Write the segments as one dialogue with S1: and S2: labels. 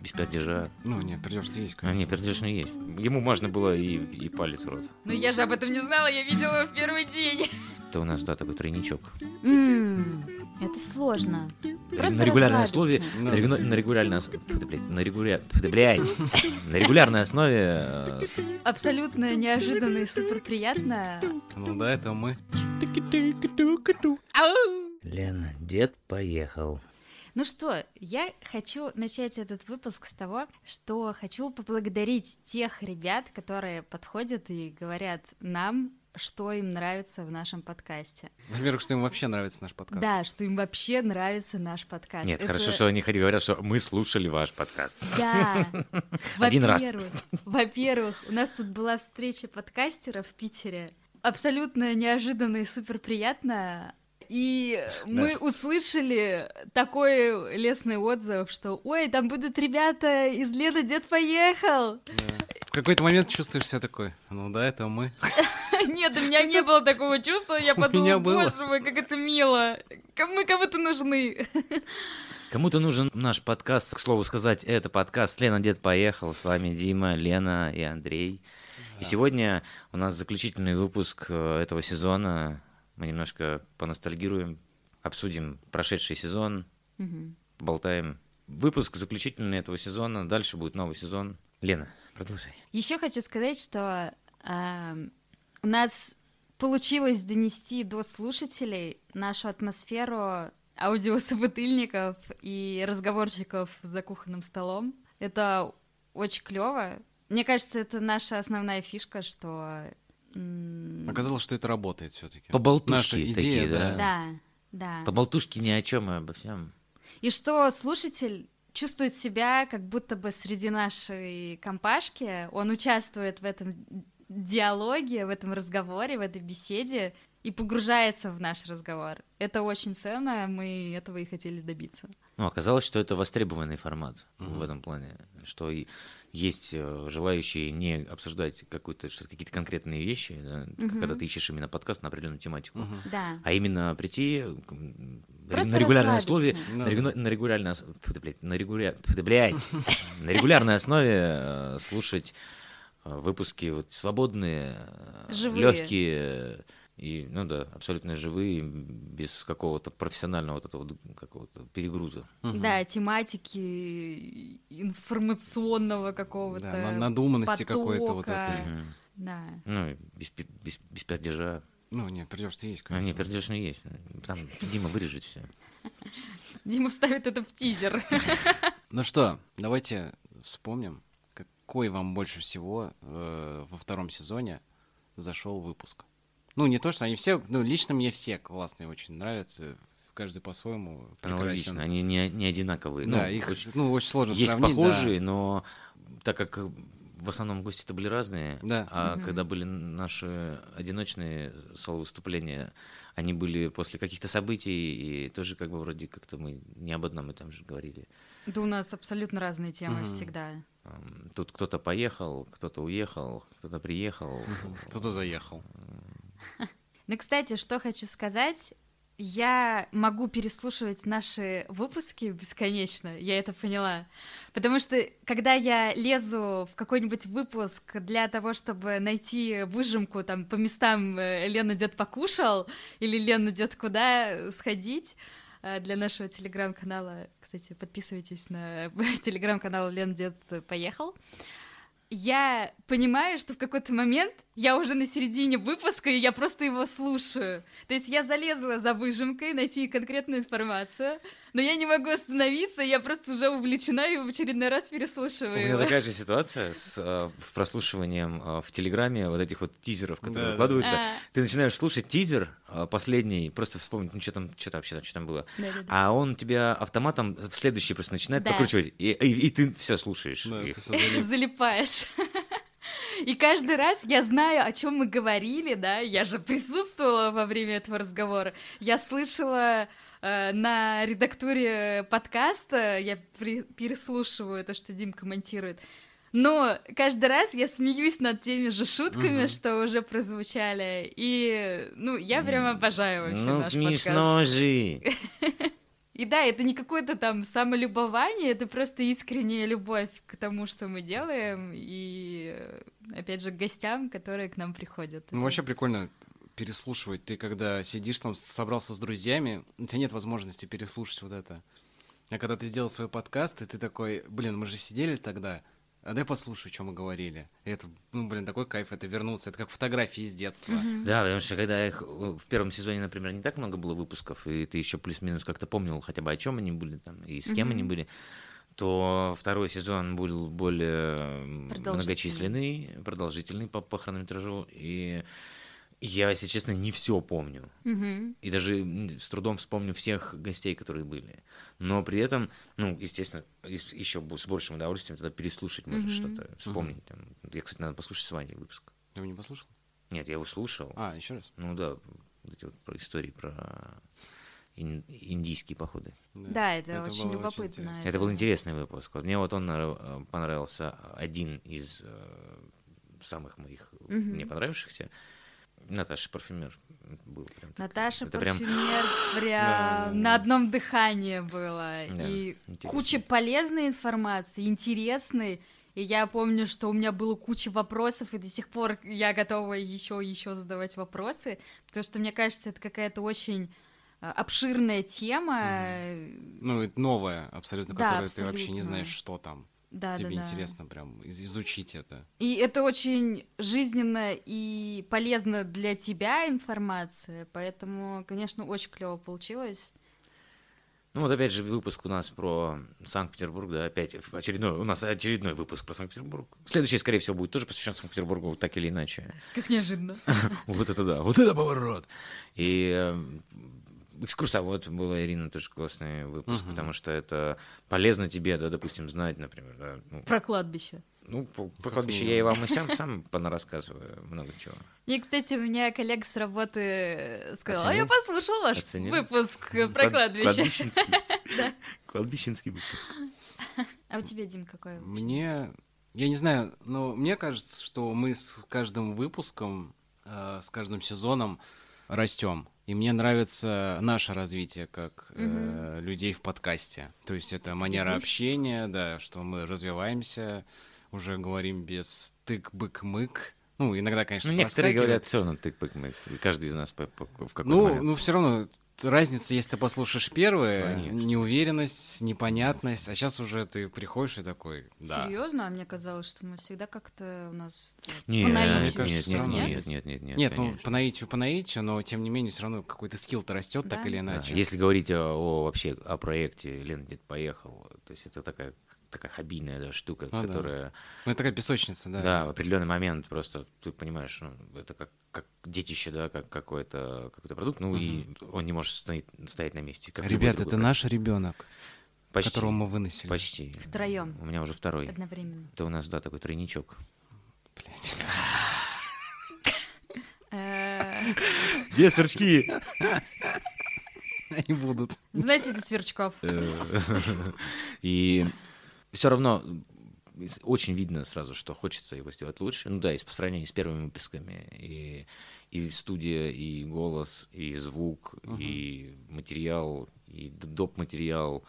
S1: без пердежа.
S2: Ну, нет, пердеж-то есть,
S1: А,
S2: конечно.
S1: не, пердеж не есть. Ему можно было и, и палец в рот.
S3: Но я же об этом не знала, я видела в первый день.
S1: Это у нас, да, такой тройничок.
S3: М, Это сложно. Просто
S1: на регулярной
S3: расслабиться.
S1: основе,
S2: Ну.
S1: на, регу- на регулярной основе, на, регуля- Фу ты, блядь. на регулярной основе э, с-
S3: Абсолютно неожиданно и супер приятно.
S2: Ну да, это мы.
S1: Лена, дед поехал.
S3: Ну что, я хочу начать этот выпуск с того, что хочу поблагодарить тех ребят, которые подходят и говорят нам, что им нравится в нашем подкасте.
S2: Во-первых, что им вообще нравится наш подкаст.
S3: Да, что им вообще нравится наш подкаст.
S1: Нет,
S3: Это-
S1: хорошо, что они хоть говорят, что мы слушали ваш подкаст.
S3: Да.
S1: Один раз.
S3: Во-первых, Во-первых, у нас тут была встреча подкастеров в Питере. Абсолютно неожиданно и супер приятно. И мы услышали такой лестный отзыв, что «Ой, там будут ребята из Лена Дед поехал!»
S2: В какой-то момент чувствуешь себя такой, ну да, это мы.
S3: Нет, у меня не было такого чувства, я подумала,
S2: меня было.
S3: боже мой, как это мило! Кому- Мы кому-то нужны!
S1: Кому-то нужен наш подкаст. К слову сказать, это подкаст «Лена, дед поехал». С вами Дима, Лена и Андрей. И сегодня у нас заключительный выпуск э, этого сезона. Мы немножко поностальгируем, обсудим прошедший сезон,
S3: Мгм.
S1: болтаем. Выпуск заключительный этого сезона. Дальше будет новый сезон. Лена, продолжай.
S3: Еще хочу сказать, что эм, у нас получилось донести до слушателей нашу атмосферу аудиособутыльников и разговорчиков за кухонным столом. Это очень клево. Мне кажется, это наша основная фишка, что... м,
S2: Оказалось, что это работает все-таки.
S1: Поболтушки
S2: Наша идея,
S1: такие, да.
S3: Да, да.
S1: По болтушке ни о чем и обо всем.
S3: И что слушатель чувствует себя как будто бы среди нашей компашки, он участвует в этом диалоге, в этом разговоре, в этой беседе и погружается в наш разговор. Это очень ценно, мы этого и хотели добиться.
S1: Ну, оказалось, что это востребованный формат
S2: Мгм.
S1: в этом плане, что и есть э, желающие не обсуждать какую-то, что- какие-то конкретные вещи, да,
S3: Мгм.
S1: когда ты ищешь именно подкаст на определенную тематику,
S2: Мгм.
S3: Да.
S1: а именно прийти м,
S3: Просто
S1: на регулярной
S3: расслабиться.
S1: основе,
S2: Ну
S1: на,
S2: да.
S1: регуна- на регулярной ос- Фу ты, блядь, на регуля- Фу ты, блядь. на регулярной основе э, слушать э, выпуски вот свободные,
S3: Живые.
S1: легкие и, ну да, абсолютно живые, без какого-то профессионального вот этого д- какого-то перегруза.
S2: Мгм.
S3: Да, тематики информационного
S2: Да,
S3: какого-то.
S2: на- надуманности какой-то вот
S3: потока.
S2: этой.
S1: Мгм.
S3: Да.
S1: Ну, и без, пи- без, без пердежа.
S2: Ну, нет, пердеж-то есть,
S1: А, не,
S2: конечно.
S1: пердеж не есть. Там Дима вырежет все.
S3: Дима вставит это в тизер.
S2: Ну что, давайте вспомним, какой вам больше всего э, во втором сезоне зашел выпуск. Ну, не то, что они все, ну, лично мне все классные очень нравятся, каждый по-своему прекрасен.
S1: Аналогично, они не, не одинаковые.
S2: Да,
S1: Ну,
S2: их,
S1: очень-
S2: с- ну, очень сложно
S1: есть
S2: сравнить. да.
S1: похожие, но так как э, в основном гости-то были разные,
S2: Да.
S1: а
S3: Мгм.
S1: когда были наши одиночные соло-выступления, они были после каких-то событий, и тоже как бы вроде как-то мы не об одном и том же говорили.
S3: Да у нас абсолютно разные темы
S2: Мгм.
S3: всегда.
S1: Эм, Тут кто-то поехал, кто-то уехал, кто-то приехал.
S2: Кто-то заехал.
S3: Ну, кстати, что хочу сказать. Я могу переслушивать наши выпуски бесконечно, я это поняла. Потому что, когда я лезу в какой-нибудь выпуск для того, чтобы найти выжимку там по местам э, «Лена, дед покушал» или «Лена, дед куда сходить», э, для нашего телеграм-канала, кстати, подписывайтесь на телеграм-канал «Лен, дед поехал», я понимаю, что в какой-то момент я уже на середине выпуска, и я просто его слушаю. То есть я залезла за выжимкой найти конкретную информацию, но я не могу остановиться, я просто уже увлечена и в очередной раз
S1: У меня
S3: переслушиваю. его.
S1: такая же ситуация с э, прослушиванием э, в Телеграме вот этих вот тизеров, которые
S2: Да.
S1: выкладываются.
S3: А,
S1: Ты начинаешь слушать тизер э, последний, просто вспомнить, ну что там, что там вообще, что там было.
S3: да-да-да.
S1: А он тебя автоматом в следующий просто начинает
S3: Да.
S1: прокручивать, и, и- и ты все слушаешь.
S2: Да,
S1: И-
S2: это всё заехал.
S3: Залипаешь. И каждый раз я знаю, о чем мы говорили, да, я же присутствовала во время этого разговора. Я слышала э, на редактуре подкаста, я при- переслушиваю то, что Дим комментирует. Но каждый раз я смеюсь над теми же шутками,
S2: Мгм.
S3: что уже прозвучали. И, ну, я прям
S1: М,
S3: обожаю вообще
S1: ну
S3: наш подкаст.
S1: смешно же.
S3: И да, это не какое-то там самолюбование, это просто искренняя любовь к тому, что мы делаем, и опять же к гостям, которые к нам приходят.
S2: Ну, вообще прикольно переслушивать. Ты когда сидишь там, собрался с друзьями, у тебя нет возможности переслушать вот это. А когда ты сделал свой подкаст, и ты такой, блин, мы же сидели тогда, а дай послушаю, что мы говорили. И это, ну, блин, такой кайф, это вернуться, это как фотографии из детства.
S1: Да, потому что когда их в первом сезоне, например, не так много было выпусков, и ты еще плюс-минус как-то помнил хотя бы о чем они были там и с кем
S3: Мгм.
S1: они были, то второй сезон был более м,
S3: Продолжительный.
S1: многочисленный, продолжительный по, по хронометражу, и я, если честно, не все помню.
S3: Мгм.
S1: И даже м, с трудом вспомню всех гостей, которые были. Но при этом, ну, естественно, еще с большим удовольствием тогда переслушать можно
S3: Мгм.
S1: что-то, вспомнить. там. Я, кстати, надо послушать с Ваней выпуск.
S2: Ты его не послушал?
S1: Нет, я его слушал.
S2: А, еще раз.
S1: Ну да, вот эти вот про истории про ин- индийские походы.
S3: Да, это, очень
S2: было
S3: любопытно.
S2: интересно.
S1: Это был интересный выпуск. Вот мне вот он нрав- э, понравился один из э, самых моих э,
S3: Мгм.
S1: мне понравившихся. Наташа Парфюмер был прям так-
S3: Наташа
S1: это
S3: парфюмер
S1: прям
S3: прям,
S2: Да.
S3: на одном дыхании было.
S1: Да,
S3: и
S1: интересно.
S3: куча полезной информации, интересной. И я помню, что у меня было куча вопросов, и до сих пор я готова еще и еще задавать вопросы, потому что, мне кажется, это какая-то очень э, обширная тема.
S2: Ну, это новое абсолютно,
S3: Да,
S2: которое ты вообще не
S3: абсолютно.
S2: знаешь, что там.
S3: Да,
S2: Тебе
S3: да, да.
S2: интересно прям из- изучить это.
S3: И это очень жизненно и полезно для тебя информация, поэтому, конечно, очень клево получилось.
S1: Ну вот опять же выпуск у нас про Санкт-Петербург, да, опять в- очередной, у нас очередной выпуск про Санкт-Петербург. Следующий, скорее всего, будет тоже посвящен Санкт-Петербургу, так или иначе.
S3: Как неожиданно.
S1: Вот это да, вот это поворот. И эм, экскурсовод была Ирина, тоже классный выпуск,
S2: Мгм.
S1: потому что это полезно тебе, да, допустим, знать, например, да, ну,
S3: Про кладбище.
S1: ну, по- про
S2: Как
S1: кладбище я и вам и сам, сам понарассказываю много чего.
S3: И, кстати, у меня коллега с работы сказала, а
S1: Оценил?
S3: я
S1: Ну,
S3: послушал ваш
S1: Оценил?
S3: выпуск про
S1: Клад-
S3: кладбище.
S1: Кладбищенский. Кладбищенский выпуск.
S3: А у тебя, Дим, какой?
S2: Мне, я не знаю, но мне кажется, что мы с каждым выпуском, э, с каждым сезоном растем. И мне нравится наше развитие как э, людей в подкасте. То есть это манера
S3: Ведущих.
S2: общения, да, что мы развиваемся, уже говорим без тык-бык-мык. Ну, иногда, конечно,
S1: Ну, некоторые
S2: проскакивает.
S1: говорят, все, ну ты пык мык». И каждый из нас по- по- в какой-то
S2: Ну,
S1: момент.
S2: ну все равно т- разница, если ты послушаешь первое,
S1: Конечно.
S2: неуверенность, непонятность, а сейчас уже ты приходишь и такой, да.
S3: Серьезно? А мне казалось, что мы всегда как-то у нас... э, по
S1: Нет,
S3: наитию.
S1: нет,
S2: кажется,
S1: нет,
S2: всё равно.
S1: нет, нет, нет, нет,
S2: Нет, ну
S1: конечно.
S2: по наитию, по наитию, но тем не менее все равно какой-то скилл-то растет так
S3: Да.
S2: или
S1: Да,
S2: иначе.
S1: Если говорить о, о вообще о проекте Лен где-то поехал, то есть это такая такая хоббийная да, штука,
S2: да.
S1: которая
S2: Ну это такая песочница,
S1: да.
S2: да.
S1: в определенный момент просто ты понимаешь, ну, это как как детище, да, как какой-то какой-то продукт, ну и он не может стоять, стоять на месте. Как любой
S2: Ребят,
S1: другой
S2: это наш ребенок,
S1: продукт. почти,
S2: которого мы выносили.
S1: почти
S3: Втроём.
S1: У меня уже второй.
S3: Одновременно.
S1: Это у нас да такой тройничок.
S2: Блядь.
S3: Э,
S1: Где сырчки?
S2: Они будут.
S3: Знаете, Сверчков?
S1: Э, И все равно с- очень видно сразу, что хочется его сделать лучше. Ну да, и с- по сравнению с первыми выпусками. И, и студия, и голос, и звук, и материал, и д- доп-материал.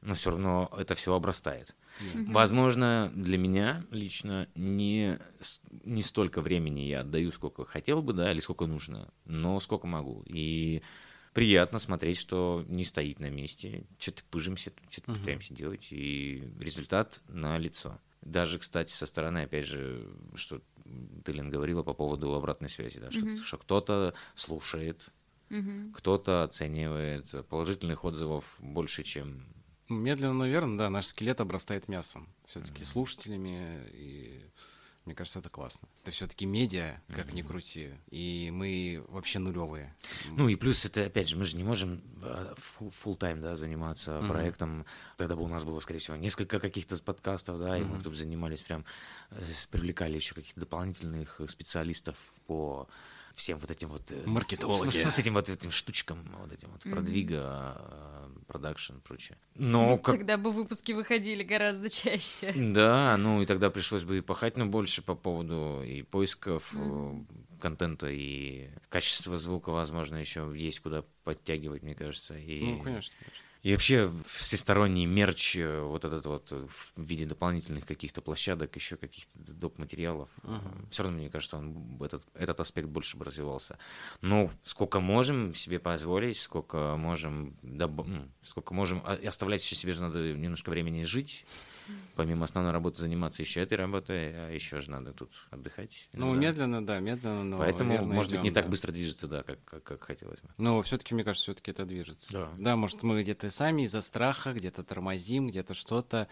S1: Но все равно это все обрастает. Возможно, для меня лично не, с- не столько времени я отдаю, сколько хотел бы, да, или сколько нужно, но сколько могу. И приятно смотреть, что не стоит на месте, что-то пыжимся, что-то
S2: Мгм.
S1: пытаемся делать, и результат на лицо. Даже, кстати, со стороны, опять же, что ты, Лен, говорила по поводу обратной связи, да, что,
S3: Мгм.
S1: что кто-то слушает,
S3: Мгм.
S1: кто-то оценивает, положительных отзывов больше, чем...
S2: Медленно, но верно, да, наш скелет обрастает мясом. Все-таки слушателями, и мне кажется, это классно. Это все-таки медиа, как ни крути, и мы вообще нулевые.
S1: Ну и плюс это, опять же, мы же не можем а, full тайм да, заниматься
S2: Мгм.
S1: проектом. Тогда бы у нас было, скорее всего, несколько каких-то подкастов, да, и мы тут занимались прям, э, с- привлекали еще каких-то дополнительных э, специалистов по всем вот этим вот... э,
S2: Маркетологи.
S1: С, с этим вот этим штучкам, вот этим вот продвига, э, продакшн, прочее.
S2: Ну,
S1: Но Ну, как...
S3: Тогда бы выпуски выходили гораздо чаще.
S1: Да, ну и тогда пришлось бы и пахать, но больше по поводу и поисков э, контента, и качества звука, возможно, еще есть куда подтягивать, мне кажется. И...
S2: Ну, конечно, конечно.
S1: И вообще всесторонний мерч, э, вот этот вот э, в виде дополнительных каких-то площадок, еще каких-то доп. материалов, все равно, мне кажется, он б- этот, этот аспект больше бы развивался. Ну, сколько можем себе позволить, сколько можем, доб- м, сколько можем а, и оставлять еще себе же надо немножко времени жить, помимо основной работы заниматься еще этой работой, а еще же надо тут отдыхать.
S2: Ну,
S1: иногда.
S2: медленно, да, медленно, но
S1: Поэтому,
S2: верно
S1: может быть, не
S2: идём,
S1: так
S2: да.
S1: быстро движется, да, как, как, как хотелось бы.
S2: Но все-таки, мне кажется, все-таки это движется.
S1: Да.
S2: может, мы где-то и сами из-за страха, где-то тормозим, где-то что-то,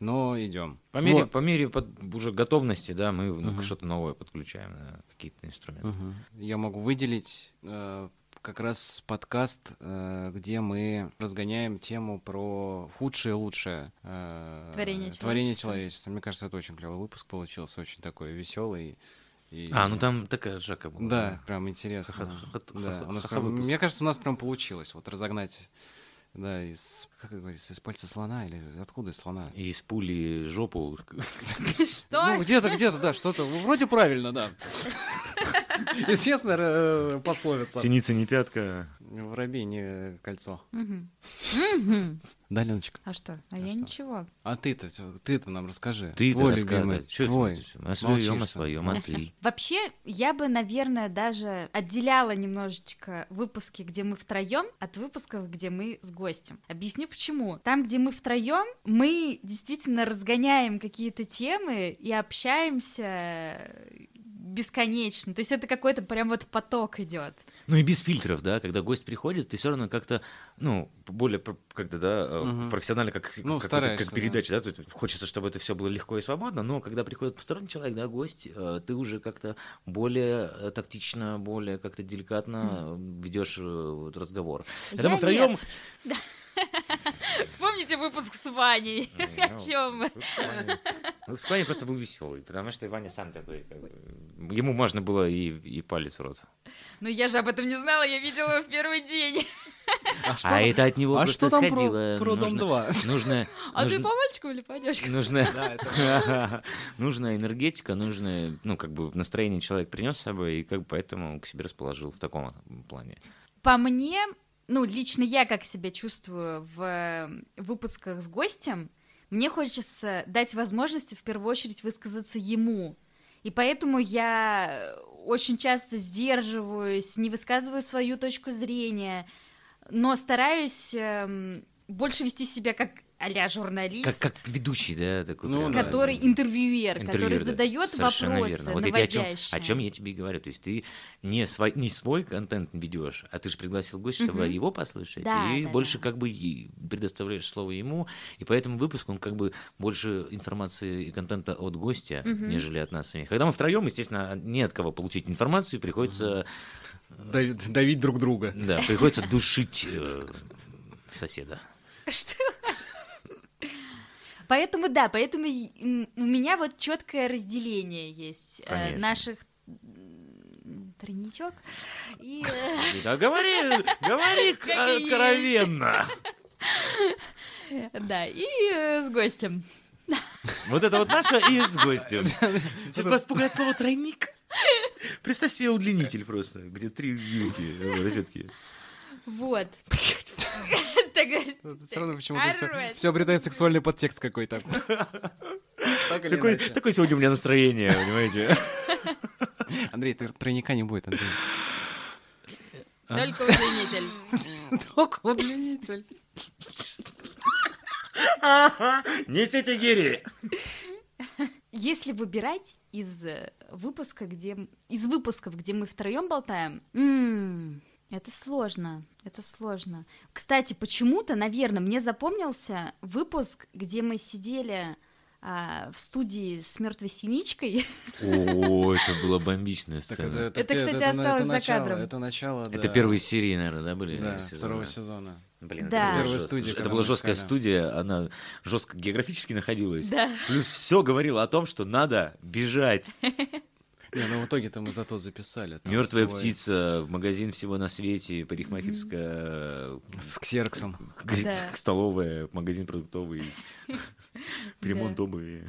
S2: но идем.
S1: По мере, по мере под- уже готовности, да, мы ну, что-то новое подключаем, да, какие-то инструменты.
S2: Я могу выделить э, как раз подкаст, э, где мы разгоняем тему про худшее и лучшее э,
S3: Творение
S2: творение
S3: человечества.
S2: человечества. Мне кажется, это очень клевый выпуск получился, очень такой веселый.
S1: А, ну там такая жака была.
S2: Да, прям интересно.
S1: Ха-ха- ха-
S2: Да,
S1: ха-
S2: у нас
S1: ха-
S2: прям-
S1: выпуск.
S2: Мне кажется, у нас прям получилось вот разогнать. Да, из, как это говорится, из пальца слона или откуда из слона?
S1: И из пули жопу.
S3: Что?
S2: Ну, где-то, где-то, да, что-то. Вроде правильно, да. Известная э, пословица.
S1: Синица не пятка.
S2: Воробей не э, кольцо.
S3: Мгм. Мгм.
S2: Да, Леночка.
S3: А что? А я
S2: что?
S3: ничего.
S2: А ты-то, чё- ты-то нам расскажи.
S1: Ты
S2: Твой
S1: то
S2: любимый,
S1: рассказывай. Чё ты
S2: твой.
S1: тут всё? О своем, о
S2: Молчишь-то.
S1: своем, а ты.
S3: Вообще, я бы, наверное, даже отделяла немножечко выпуски, где мы втроем, от выпусков, где мы с гостем. Объясню почему. Там, где мы втроем, мы действительно разгоняем какие-то темы и общаемся бесконечно. То есть это какой-то прям вот поток идет.
S1: Ну и без фильтров, да, когда гость приходит, ты все равно как-то, ну, более пр- как-то, да, э,
S2: Мгм.
S1: профессионально, как,
S2: Ну,
S1: как,
S2: стараешься,
S1: как передача, да, тут хочется, чтобы это все было легко и свободно, но когда приходит посторонний человек, да, гость, э, ты уже как-то более э, тактично, более как-то деликатно ведешь э, вот разговор. Когда мы
S3: Я
S1: втроем...
S3: нет. Вспомните выпуск с Ваней. О чем вы?
S1: Ну, с Ваней просто был веселый, потому что Ваня сам такой, как бы, ему можно было и, и палец в рот.
S3: Ну я же об этом не знала, я видела его в первый день.
S2: А
S1: а это от него
S2: а
S1: просто
S2: что там про-
S1: сходило.
S2: про Дом
S1: Нужно-
S2: 2?
S1: Нужно...
S3: А ты
S1: нужно-
S3: по мальчикам или по девочкам?
S1: Нужна, нужна энергетика, нужно, ну, как бы настроение человек принес с собой, и как бы поэтому к себе расположил в таком плане.
S3: По мне, ну, лично я как себя чувствую в э, выпусках с гостем, мне хочется дать возможность в первую очередь высказаться ему. И поэтому я очень часто сдерживаюсь, не высказываю свою точку зрения, но стараюсь эм, больше вести себя как а-ля журналист.
S1: Как, как ведущий, да, такой.
S2: Ну,
S1: прям,
S2: да.
S3: Который интервьюер, который
S1: интервьюер, да.
S3: задает
S1: Совершенно
S3: вопросы,
S1: верно. Вот это я о чем,
S3: наводящие.
S1: о чем я тебе и говорю. То есть ты не свой, не свой контент ведешь, а ты же пригласил гостя, чтобы
S3: Мгм.
S1: его послушать,
S3: Да,
S1: и
S3: да,
S1: больше
S3: да.
S1: как бы и предоставляешь слово ему, и поэтому выпуск, он как бы больше информации и контента от гостя,
S3: Мгм.
S1: нежели от нас самих. Когда мы втроем, естественно, не от кого получить информацию, приходится,
S2: Давить, давить друг друга.
S1: да, приходится душить э, соседа.
S3: Что? Поэтому да, поэтому и- м, у меня вот четкое разделение есть э,
S1: Конечно.
S3: наших м, тройничок и э,
S1: Да говори, говори
S3: Как и есть.
S1: откровенно.
S3: да и э, с гостем.
S1: Вот это вот наша и с гостем. Вас пугает слово тройник? Представь себе удлинитель просто, где три вилки э, розетки.
S3: Вот. Так,
S2: Все Ну, равно почему-то все,
S3: Орать.
S2: обретает сексуальный подтекст какой-то. Так или
S1: Такое,
S2: иначе.
S1: такое сегодня у меня настроение, понимаете?
S2: Андрей, ты тройника не будет, Андрей.
S3: Только удлинитель.
S2: Только удлинитель.
S3: а
S1: Несите гири.
S3: Если выбирать из э, выпуска, где м- из выпусков, где мы втроем болтаем, м, это сложно, это сложно. Кстати, почему-то, наверное, мне запомнился выпуск, где мы сидели а, в студии с мертвой синичкой.
S1: О, это была бомбичная сцена.
S3: Это,
S2: пе-
S3: кстати,
S2: на-
S3: осталось за
S2: начало,
S3: кадром.
S2: Это начало, да.
S1: Это первые серии, наверное, да, были?
S2: Да,
S1: сезона?
S2: второго сезона.
S1: Блин,
S3: Да.
S1: это,
S2: Первая
S1: была
S2: студия,
S1: студия, это
S2: когда
S1: была
S2: мы
S1: жесткая
S2: искали.
S1: студия, она жестко географически находилась.
S3: Да.
S1: Плюс все говорило о том, что надо бежать.
S2: Не, ну в итоге-то мы зато записали. там
S1: Мертвая
S2: свой-
S1: птица, магазин всего на свете, парикмахерская,
S2: С ксерксом.
S1: г-
S3: Да.
S1: столовая, магазин продуктовый,
S3: Да.
S1: ремонт обуви.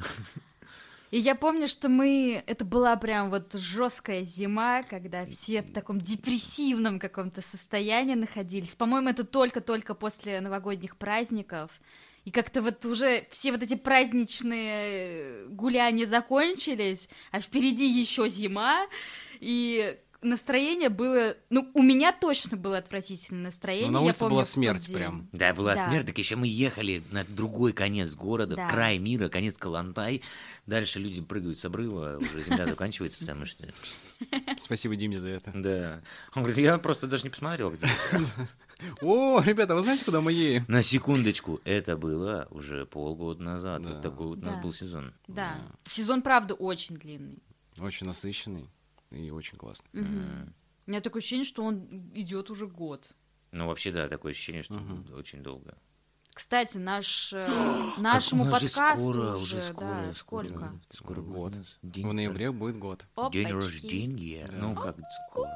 S3: И я помню, что мы... Это была прям вот жесткая зима, когда все в таком депрессивном каком-то состоянии находились. По-моему, это только-только после новогодних праздников. И как-то вот уже все вот эти праздничные э, гуляния закончились, а впереди еще зима, и настроение было... Ну, у меня точно было отвратительное настроение.
S2: Ну, на
S3: я
S2: улице
S3: помню,
S2: была
S3: в тот
S2: смерть
S3: день.
S2: прям.
S1: Да, была
S3: Да.
S1: смерть, так еще мы ехали на другой конец города,
S3: Да.
S1: в край мира, конец Калантай. Дальше люди прыгают с обрыва, уже земля заканчивается, потому что...
S2: Спасибо Диме за это.
S1: Да. Он говорит, я просто даже не посмотрел. где».
S2: О, ребята, вы знаете, куда мы едем?
S1: На секундочку, это было уже полгода назад.
S2: Да.
S1: Вот такой вот у нас
S3: Да.
S1: был сезон.
S3: Да. Сезон, правда, очень длинный.
S2: Очень насыщенный и очень классный.
S3: Мгм. У меня такое ощущение, что он идет уже год.
S1: Ну, вообще, да, такое ощущение, что
S2: Мгм.
S1: очень долго.
S3: Кстати, наш, э, нашему
S1: Как у нас же
S3: подкасту
S1: скоро,
S3: уже,
S1: скоро,
S3: да,
S1: скоро,
S3: сколько?
S1: Скоро
S2: Год.
S1: год. День
S2: В
S1: рож-
S2: ноябре будет год.
S1: День
S3: Опачки.
S1: рождения.
S2: Да.
S1: Ну, как скоро.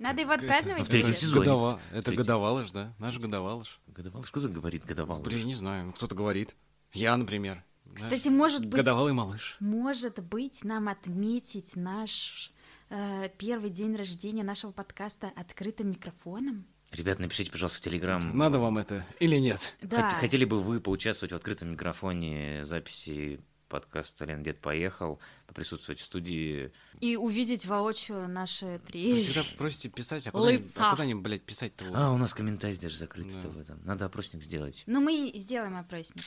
S3: Надо его отпраздновать.
S1: в третьем
S3: будет?
S1: сезоне.
S2: Годова-
S1: В
S2: Это
S1: третьем.
S2: годовалыш, да? Наш годовалыш.
S1: Годовал? Что ты говорит годовал?
S2: Блин, не знаю, ну, кто-то говорит. Я, например.
S3: Кстати,
S2: Знаешь,
S3: может быть,
S2: Годовалый малыш.
S3: может быть, нам отметить наш э, первый день рождения нашего подкаста открытым микрофоном?
S1: Ребят, напишите, пожалуйста, в Телеграм.
S2: Надо вам это или нет?
S3: Да.
S1: Хот- хотели бы вы поучаствовать в открытом микрофоне записи подкаста «Лен Дед поехал», поприсутствовать в студии.
S3: И увидеть воочию наши
S2: Вы
S1: Ну,
S3: три.
S2: всегда просите писать, а куда, они,
S3: Лица.
S2: блядь, писать-то? вот?
S1: А, у нас комментарий даже закрыт
S2: Да.
S1: это в этом. Надо опросник сделать.
S3: Ну, мы сделаем опросник.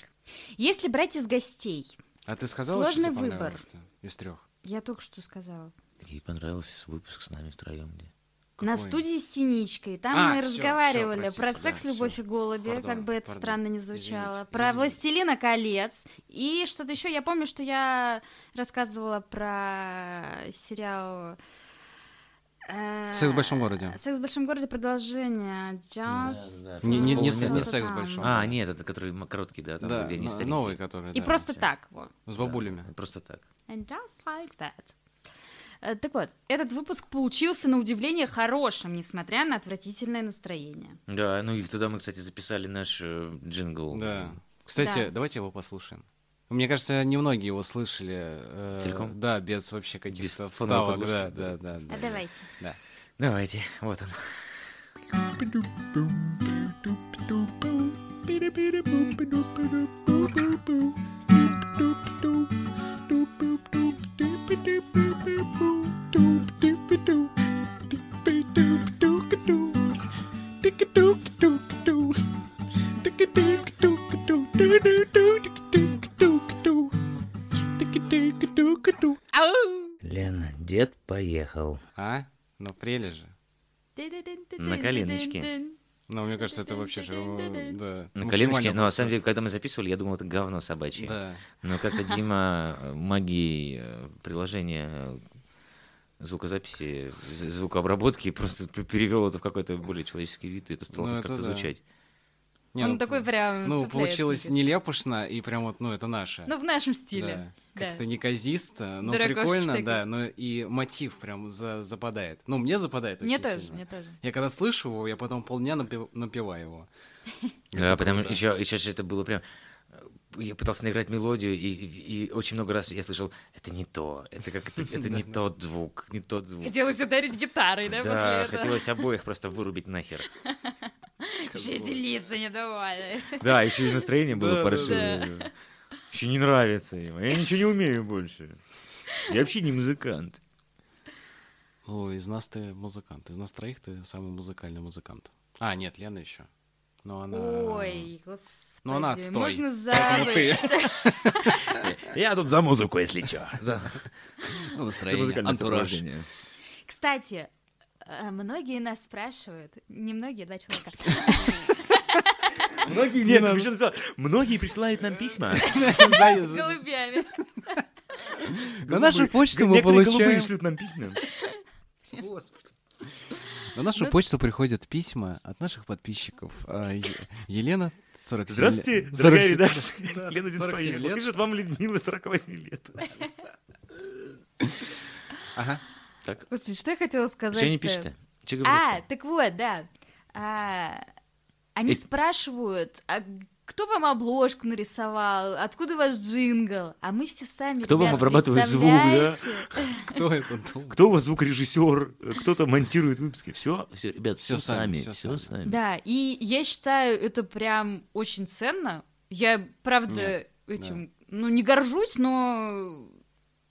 S3: Если брать из гостей,
S2: А ты сказала, что
S3: Сложный
S2: тебе
S3: выбор.
S2: понравилось-то из трех?
S3: я только что сказала.
S1: Ей понравился выпуск с нами втроем. Где.
S3: На
S2: Какой?
S3: студии с Синичкой. Там
S2: А,
S3: мы
S2: всё,
S3: разговаривали
S2: всё, простите,
S3: про
S2: да,
S3: секс,
S2: всё.
S3: любовь и голуби,
S2: Пардон,
S3: как бы это
S2: пардон.
S3: странно не
S2: Извините,
S3: звучало.
S2: извините.
S3: Про властелина колец и что-то еще. Я помню, что я рассказывала про сериал. э,
S2: «Секс в большом городе».
S3: Секс в большом городе продолжение. Just...
S1: Да, да.
S2: Не, не, не,
S1: Что-то
S2: не,
S1: там.
S2: секс большой.
S1: А, нет, это который м- короткий, да, там,
S2: да,
S1: где они
S2: но-
S1: старенькие.
S2: новый, который.
S3: И
S2: да,
S3: просто
S2: вот эти.
S3: так вот.
S2: С
S1: Да,
S2: бабулями.
S1: просто так.
S3: And just like that. Э, Так вот, этот выпуск получился на удивление хорошим, несмотря на отвратительное настроение.
S1: Да, ну их тогда мы, кстати, записали наш э, джингл.
S2: Да. Кстати,
S3: Да.
S2: давайте его послушаем. Мне кажется, немногие его слышали. э,
S1: Целиком?
S2: Да, без вообще каких-то
S1: Без фоновой
S2: вставок. Да,
S1: подложки,
S2: да, да, да.
S3: А давайте.
S2: Да.
S1: Давайте, вот он. Лена, дед поехал.
S2: А? Ну, прелесть же.
S1: На коленочке.
S2: Ну, мне кажется, это вообще же... э, Да,
S1: На
S2: максимально
S1: коленочке, но на
S2: просто.
S1: самом деле, когда мы записывали, я думал, это говно собачье.
S2: Да.
S1: Но как-то Дима э, магией э, приложения э, звукозаписи, з- звукообработки просто п- перевел это в какой-то более человеческий вид, и это стало
S2: Ну,
S1: хоть
S2: это
S1: как-то
S2: да.
S1: звучать.
S2: Не,
S3: Он
S2: ну,
S3: такой прям
S2: Ну,
S3: цепляет,
S2: получилось
S3: мне
S2: нелепошно, и прям вот, ну, это наше.
S3: кажется. Ну, в нашем
S2: Да.
S3: стиле. Да.
S2: Как-то неказисто, но
S3: Дуракошечки
S2: прикольно,
S3: такие.
S2: да, но и мотив прям за- западает. Ну, мне западает
S3: Мне
S2: очень
S3: тоже,
S2: сильно.
S3: мне тоже.
S2: Я когда слышу его, я потом полдня напи- напеваю его.
S1: Да, А, потому
S2: круто.
S1: что еще, еще же это было прям... э, Я пытался наиграть мелодию, и, и- и очень много раз я слышал, это не то, это как это, это не тот звук, не тот
S2: Ну.
S1: звук.
S3: Хотелось ударить гитарой, да,
S1: Да,
S3: после этого?
S1: хотелось обоих просто вырубить нахер.
S3: Еще эти лица не давали.
S1: Да, еще и настроение
S2: Да,
S1: было
S2: да,
S1: паршивое. Еще не нравится им. Я ничего не умею больше. Я вообще не музыкант.
S2: О, Ну, из нас ты музыкант. Из нас троих ты самый музыкальный музыкант. А, нет, Лена еще. Но она...
S3: Ой, господи.
S2: Ну, она отстой.
S3: Можно
S2: Поэтому
S3: забыть.
S2: ты.
S1: Я тут за музыку, если что. За
S2: За
S1: за
S2: настроение,
S1: музыкальное
S2: антураж.
S1: сопровождение.
S3: Кстати, э, многие нас спрашивают, немногие, два человека,
S1: Многие, нет, ты ещё написал, многие присылают нам письма.
S2: За-
S3: с
S2: за-
S3: голубями.
S2: На нашу почту мы
S1: Некоторые голубые
S2: получаем...
S1: шлют нам письма.
S2: На нашу
S3: Ну-
S2: почту приходят письма от наших подписчиков. А, Е- Елена, 47
S1: Здравствуйте,
S2: лет-
S1: дорогая
S2: 47
S1: редакция. Лена
S2: 47
S1: Динспаева.
S2: лет.
S1: Пишет вам Людмила 48 лет.
S2: Ага.
S1: Так,
S3: Господи, что я хотела сказать?
S1: что не пишете? Что
S3: А,
S1: говорите?
S3: так вот, да. А, Они
S1: Э-
S3: спрашивают, а г- кто вам обложку нарисовал, откуда ваш джингл, а мы все сами,
S1: Кто вам
S3: ребята,
S1: обрабатывает звук, да?
S3: представляете?
S2: Кто это? долб-
S1: Кто у вас звукорежиссер? Кто-то монтирует выпуски? Все, все, ребят, все,
S2: Всё
S1: сами,
S2: сами,
S1: все,
S2: всё
S1: сами.
S2: сами.
S3: Да, и я считаю, это прям очень ценно. Я, правда,
S2: Нет,
S3: этим, ну, не горжусь, но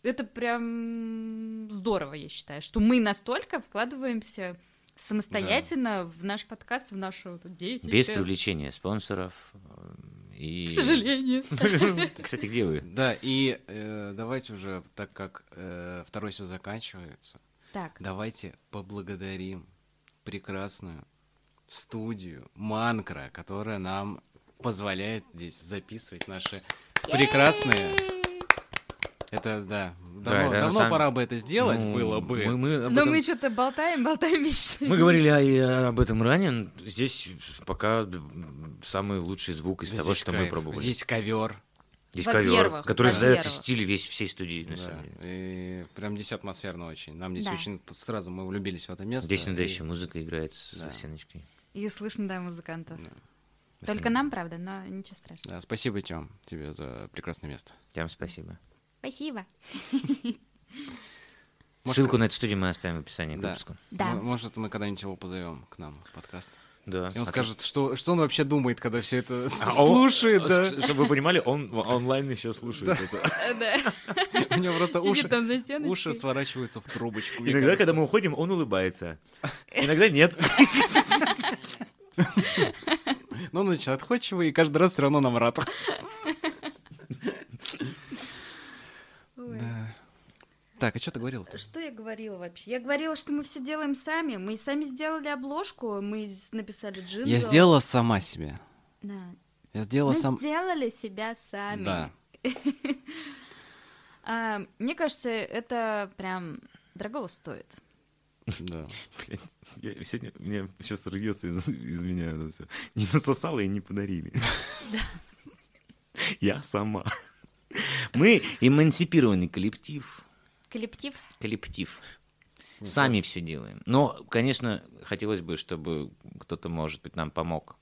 S3: это прям здорово, я считаю, что мы настолько вкладываемся самостоятельно в наш подкаст, в нашу эту деятельность.
S1: Без привлечения спонсоров. э, И...
S3: К сожалению.
S1: Кстати, где вы?
S2: Да, и э, давайте уже, так как э, второй сезон заканчивается,
S3: Так,
S2: Давайте поблагодарим прекрасную студию Манкра, которая нам позволяет здесь записывать наши прекрасные. Это да. Давно,
S1: Да, это на
S2: давно
S1: самом-
S2: пора бы это сделать
S1: Ну,
S2: было бы.
S1: Мы, мы об
S3: но
S1: этом-
S3: мы что-то болтаем, болтаем вечно.
S1: мы говорили о- и э, об этом ранее. но Здесь пока самый лучший звук из
S2: Здесь
S1: того, что мы
S2: кайф.
S1: пробовали.
S2: Здесь ковер.
S1: Здесь ковер,
S3: Во-первых,
S1: который задает
S3: во-первых.
S1: стиль весь всей студии, на
S2: да,
S1: самом деле.
S2: и прям здесь атмосферно очень. Нам здесь
S3: Да.
S2: очень сразу мы влюбились в это место.
S1: Здесь иногда
S2: и-
S1: еще музыка играет с
S2: Да.
S1: стеночкой.
S3: И слышно, да, музыкантов.
S1: Да.
S3: Только нам, правда, но ничего страшного.
S2: Да, спасибо, Тём, тебе за прекрасное место.
S1: Тям, спасибо.
S3: Спасибо.
S2: Может,
S1: Ссылку
S2: как-
S1: на эту студию мы оставим в описании к
S2: Да.
S1: выпуску.
S3: Да.
S2: М- Может, мы когда-нибудь его позовем к нам в подкаст.
S1: Да.
S2: И он
S1: Отлично.
S2: скажет, что, что он вообще думает, когда все это с-
S1: А он-
S2: слушает, да.
S1: с- Чтобы вы понимали, он в- онлайн еще слушает это.
S3: Э, да.
S2: У него просто
S3: Сидит
S2: уши,
S3: там за
S2: уши
S3: стеночкой.
S2: сворачиваются в трубочку. мне
S1: Иногда, когда
S2: кажется.
S1: мы уходим, он улыбается. Иногда нет.
S2: Но он очень отходчивый ну, и каждый раз все равно нам рад.
S3: Ой.
S2: Да. Так, а что ты говорил?
S3: Что я говорила вообще? Я говорила, что мы все делаем сами. Мы сами сделали обложку, мы с- написали джингл.
S2: Я сделала сама себе.
S3: Да.
S2: Я сделала
S3: Мы
S2: сам...
S3: сделали себя сами.
S2: Да.
S3: А, мне кажется, это прям дорого стоит.
S2: да.
S1: Блядь, я сегодня, меня сейчас рвется из, из меня это все. Не насосало и не подарили. Я сама. Мы эмансипированный коллектив.
S3: Коллектив.
S1: Коллектив. Сами все делаем. Но, конечно, хотелось бы, чтобы кто-то, может быть, нам помог.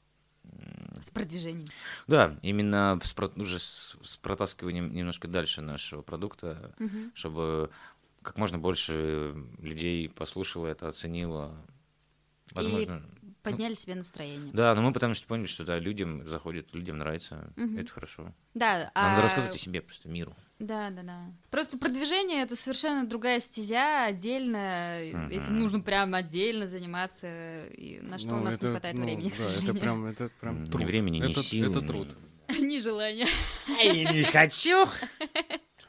S3: С продвижением.
S1: Да, именно с, про- уже с, с протаскиванием немножко дальше нашего продукта,
S3: Мгм.
S1: чтобы как можно больше людей послушало это, оценило. Возможно.
S3: Подняли себе настроение.
S1: Да, но мы потому что поняли, что да, людям заходит, людям нравится,
S3: Мгм.
S1: это хорошо.
S3: Да, а...
S1: Надо рассказывать о себе просто миру.
S3: Да, да, да. Просто продвижение это совершенно другая стезя, отдельно.
S1: Мгм.
S3: Этим нужно прям отдельно заниматься, и на что у
S2: Ну,
S3: нас не
S2: это,
S3: хватает
S2: ну,
S3: времени, к
S2: да,
S3: сожалению.
S2: Это прям, это
S1: М,
S2: прям
S1: ни
S2: труд.
S1: времени, ни
S2: это,
S1: сил,
S2: Это
S1: ни-
S2: труд.
S3: Ни желания.
S1: не хочу.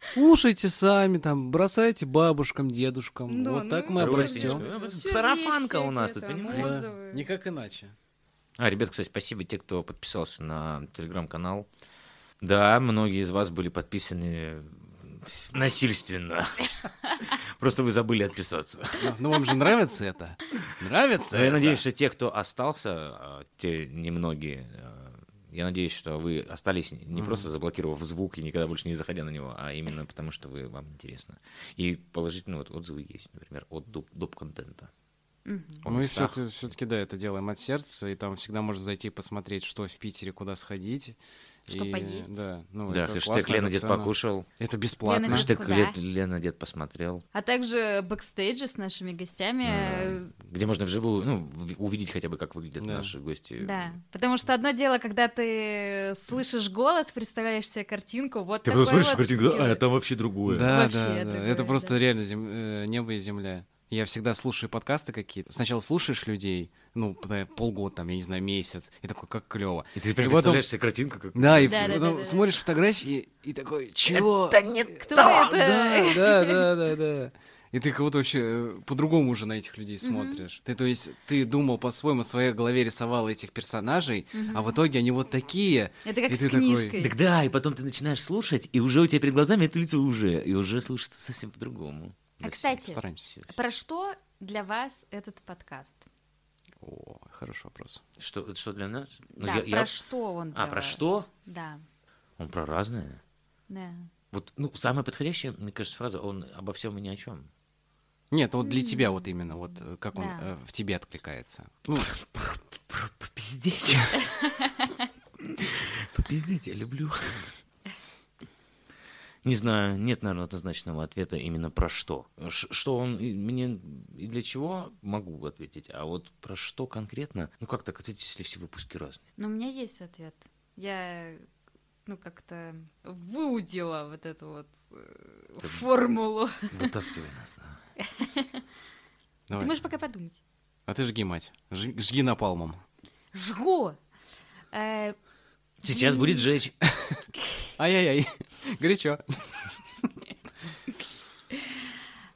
S2: Слушайте сами, там, бросайте бабушкам, дедушкам.
S3: Да,
S2: вот
S3: ну,
S2: так мы
S1: родственникам.
S2: обрастем.
S3: Всё
S1: Сарафанка
S3: вещи
S1: у нас тут,
S3: всякие там,
S1: понимаешь?
S3: отзывы.
S2: Никак иначе.
S1: А, ребят, кстати, спасибо те, кто подписался на телеграм-канал. Да, многие из вас были подписаны насильственно. Просто вы забыли отписаться.
S2: Ну, Ну, вам же нравится это? Нравится
S1: Но Ну, я
S2: это?
S1: надеюсь, что те, кто остался, а, те немногие, а, я надеюсь, что вы остались не
S2: Мгм.
S1: просто заблокировав звук и никогда больше не заходя на него, а именно потому, что вы, вам интересно. И положительные вот отзывы есть, например, от доп, контента.
S3: Мгм.
S2: Мы все-таки, да, это делаем от сердца, и там всегда можно зайти посмотреть, что в Питере, куда сходить.
S3: Что
S2: И,
S3: поесть.
S2: Да, ну,
S1: Да,
S2: это
S1: хэштег
S2: классно,
S1: Лена
S2: это
S1: дед
S2: ценно.
S1: покушал,
S2: Это бесплатно.
S3: Лена
S1: хэштег
S3: куда?
S1: «Ле- Лена дед посмотрел.
S3: А также бэкстейджи с нашими гостями. э,
S1: где можно вживую ну, в- увидеть хотя бы, как выглядят
S2: Да.
S1: наши гости.
S3: Э, Да, потому что одно дело, когда ты слышишь голос, представляешь себе картинку, вот
S1: Ты
S3: такой
S1: потом смотришь
S3: вот
S1: картинку,
S3: герой».
S1: а там вообще другое.
S2: Да,
S3: Вообще
S2: да, да.
S3: другое,
S2: Это просто
S3: да.
S2: реально зем- э, небо и земля. Я всегда слушаю подкасты какие-то. Сначала слушаешь людей, ну, да, полгода, там, я не знаю, месяц, и такой, как клево.
S1: И ты прям
S2: И потом-
S1: представляешь себе картинку, как...
S2: Да, и
S3: Да, да,
S2: потом
S3: да, да, да.
S2: смотришь фотографии и такой, чего?
S3: Кто это?
S2: Да, да, да, да, да. И ты кого-то вообще э, по-другому уже на этих людей смотришь. Ты, то есть, ты думал по-своему, в своей голове рисовал этих персонажей, а в итоге они вот такие.
S3: Это как
S2: И
S3: с
S2: ты такой,
S3: книжкой.
S1: Так да, и потом ты начинаешь слушать, и уже у тебя перед глазами это лицо уже, и уже слышится совсем по-другому.
S3: А, кстати,
S2: Стараемся.
S3: про что для вас этот подкаст?
S2: О, хороший вопрос.
S1: Что, это что для нас? Ну,
S3: да,
S1: я-
S3: про
S1: я-
S3: что он для
S1: А, про
S3: вас?
S1: что?
S3: Да,
S1: Он про разное.
S3: да.
S1: Вот, ну, самая подходящая, мне кажется, фраза, он обо всем и ни о чем.
S2: Нет, вот для тебя вот именно, вот э, как он
S3: Да.
S2: э, в тебе откликается. Ну,
S1: Пиздец. пиздеть, я люблю. Не знаю, нет, наверное, однозначного ответа именно про что. Ш- что он и мне и для чего могу ответить, а вот про что конкретно, ну как так ответить, если все выпуски разные?
S3: Но у меня есть ответ. Я ну как-то выудила вот эту вот э,
S1: Как-
S3: формулу.
S1: Вытаскивай нас. да.
S3: Ты
S2: Давай.
S3: можешь пока подумать.
S2: А ты жги, мать. Ж- жги напалмом.
S3: Жгу. Э,
S1: Сейчас будет жечь.
S2: Ай-яй-яй. Горячо.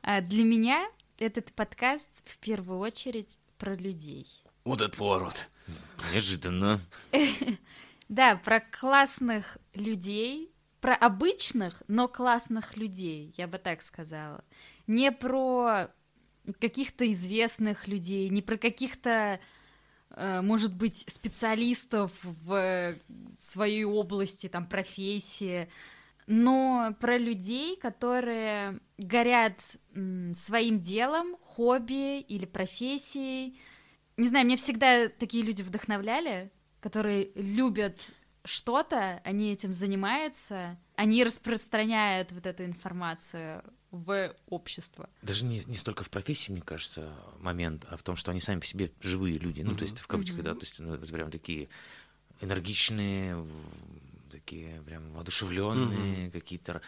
S3: а для меня этот подкаст в первую очередь про людей.
S2: Вот этот поворот.
S1: Неожиданно.
S3: Да, про классных людей, про обычных, но классных людей, я бы так сказала. Не про каких-то известных людей, не про каких-то, э, может быть, специалистов в э, своей области, там, профессии, но про людей, которые горят м, своим делом, хобби или профессией. Не знаю, меня всегда такие люди вдохновляли, которые любят что-то, они этим занимаются, они распространяют вот эту информацию в общество.
S1: Даже не, не столько в профессии, мне кажется, момент, а в том, что они сами по себе живые люди. Ну, то есть, в кавычках, да, то есть, ну, вот прям такие энергичные, в- такие прям воодушевленные, какие-то р-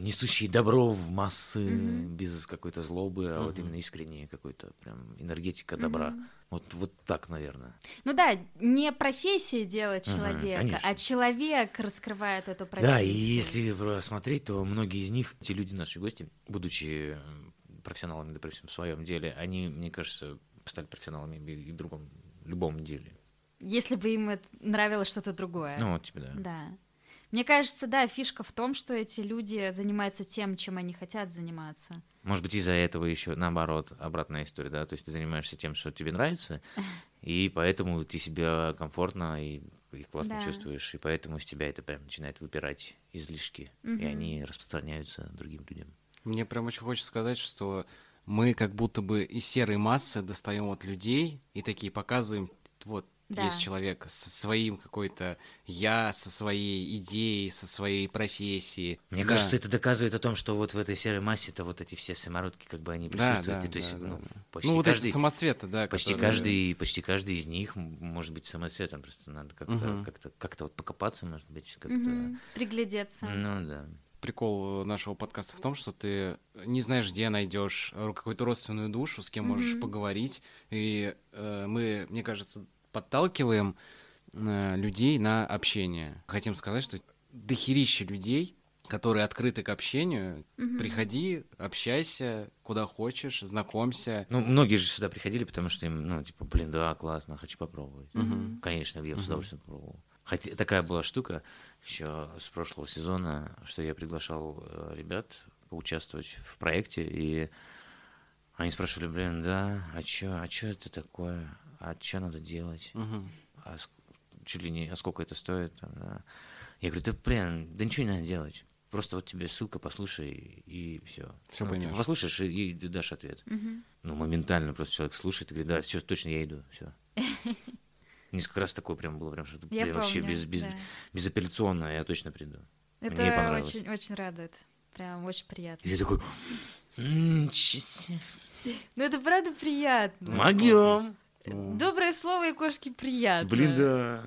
S1: несущие добро в массы
S3: Мгм.
S1: без какой-то злобы, а вот
S2: Мгм.
S1: именно искренние какой-то прям энергетика добра.
S3: Мгм.
S1: Вот, вот так, наверное.
S3: Ну да, не профессия делает
S1: Мгм,
S3: человека,
S1: конечно.
S3: а человек раскрывает эту профессию.
S1: Да, и если про- смотреть, то многие из них, те люди, наши гости, будучи м, профессионалами, допустим, в своем деле, они, мне кажется, стали профессионалами и и в другом, любом деле.
S3: Если бы им это нравилось что-то другое.
S1: Ну, вот тебе, да.
S3: Да. Мне кажется, да, фишка в том, что эти люди занимаются тем, чем они хотят заниматься.
S1: Может быть, из-за этого еще наоборот, обратная история, да, то есть ты занимаешься тем, что тебе нравится, и поэтому ты себя комфортно и, и классно
S3: Да.
S1: чувствуешь, и поэтому из тебя это прям начинает выпирать излишки, и
S3: Мгм.
S1: они распространяются другим людям.
S2: Мне прям очень хочется сказать, что мы как будто бы из серой массы достаем от людей и такие показываем, вот
S3: Да.
S2: есть человек со своим какой-то я, со своей идеей, со своей профессией.
S1: Мне
S2: Да.
S1: кажется, это доказывает о том, что вот в этой серой массе-то вот эти все самородки, как бы они
S2: Да,
S1: присутствуют.
S2: да,
S1: и то есть,
S2: да, да,
S1: ну,
S2: да.
S1: почти
S2: ну, вот
S1: каждый,
S2: эти самоцветы, да.
S1: почти
S2: которые-
S1: каждый, почти каждый из них м- может быть самоцветом. Просто надо как-то,
S2: Мгм.
S1: как-то, как-то вот покопаться, может быть, как-то.
S3: Мгм. Приглядеться.
S1: Ну да.
S2: Прикол э, нашего подкаста в том, что ты не знаешь, где найдешь э, какую-то родственную душу, с кем можешь
S3: Мгм.
S2: поговорить. И э, мы, мне кажется, подталкиваем э, людей на общение. Хотим сказать, что дохерища людей, которые открыты к общению.
S3: Мгм.
S2: Приходи, общайся, куда хочешь, знакомься.
S1: Ну, многие же сюда приходили, потому что им, ну, типа, блин, да, классно, хочу попробовать.
S2: Мгм.
S1: Конечно, я бы с удовольствием попробовал. Хотя такая была штука еще с прошлого сезона, что я приглашал э, ребят поучаствовать в проекте, и они спрашивали, блин, да, а чё, а чё это такое, а чё надо делать,
S2: Мгм.
S1: а ск- чуть ли не, а сколько это стоит, там, да. Я говорю, да, блин, да ничего не надо делать, просто вот тебе ссылка, послушай, и все.
S2: Всё поймёшь.
S1: послушаешь и, и дашь ответ.
S3: Мгм.
S1: Ну, моментально просто человек слушает и говорит, да, сейчас точно я иду, все. Несколько раз такое прям было, прям что-то
S3: Я
S1: блин, вообще
S3: помню,
S1: без, без,
S3: да.
S1: безапелляционно, я точно приду.
S3: Это
S1: Мне понравилось.
S3: очень, очень радует. Прям очень приятно.
S1: И я такой, «М, ничего себе,
S3: Ну это правда приятно.
S1: могем.
S3: Доброе слово и кошки приятно.
S1: Блин, да.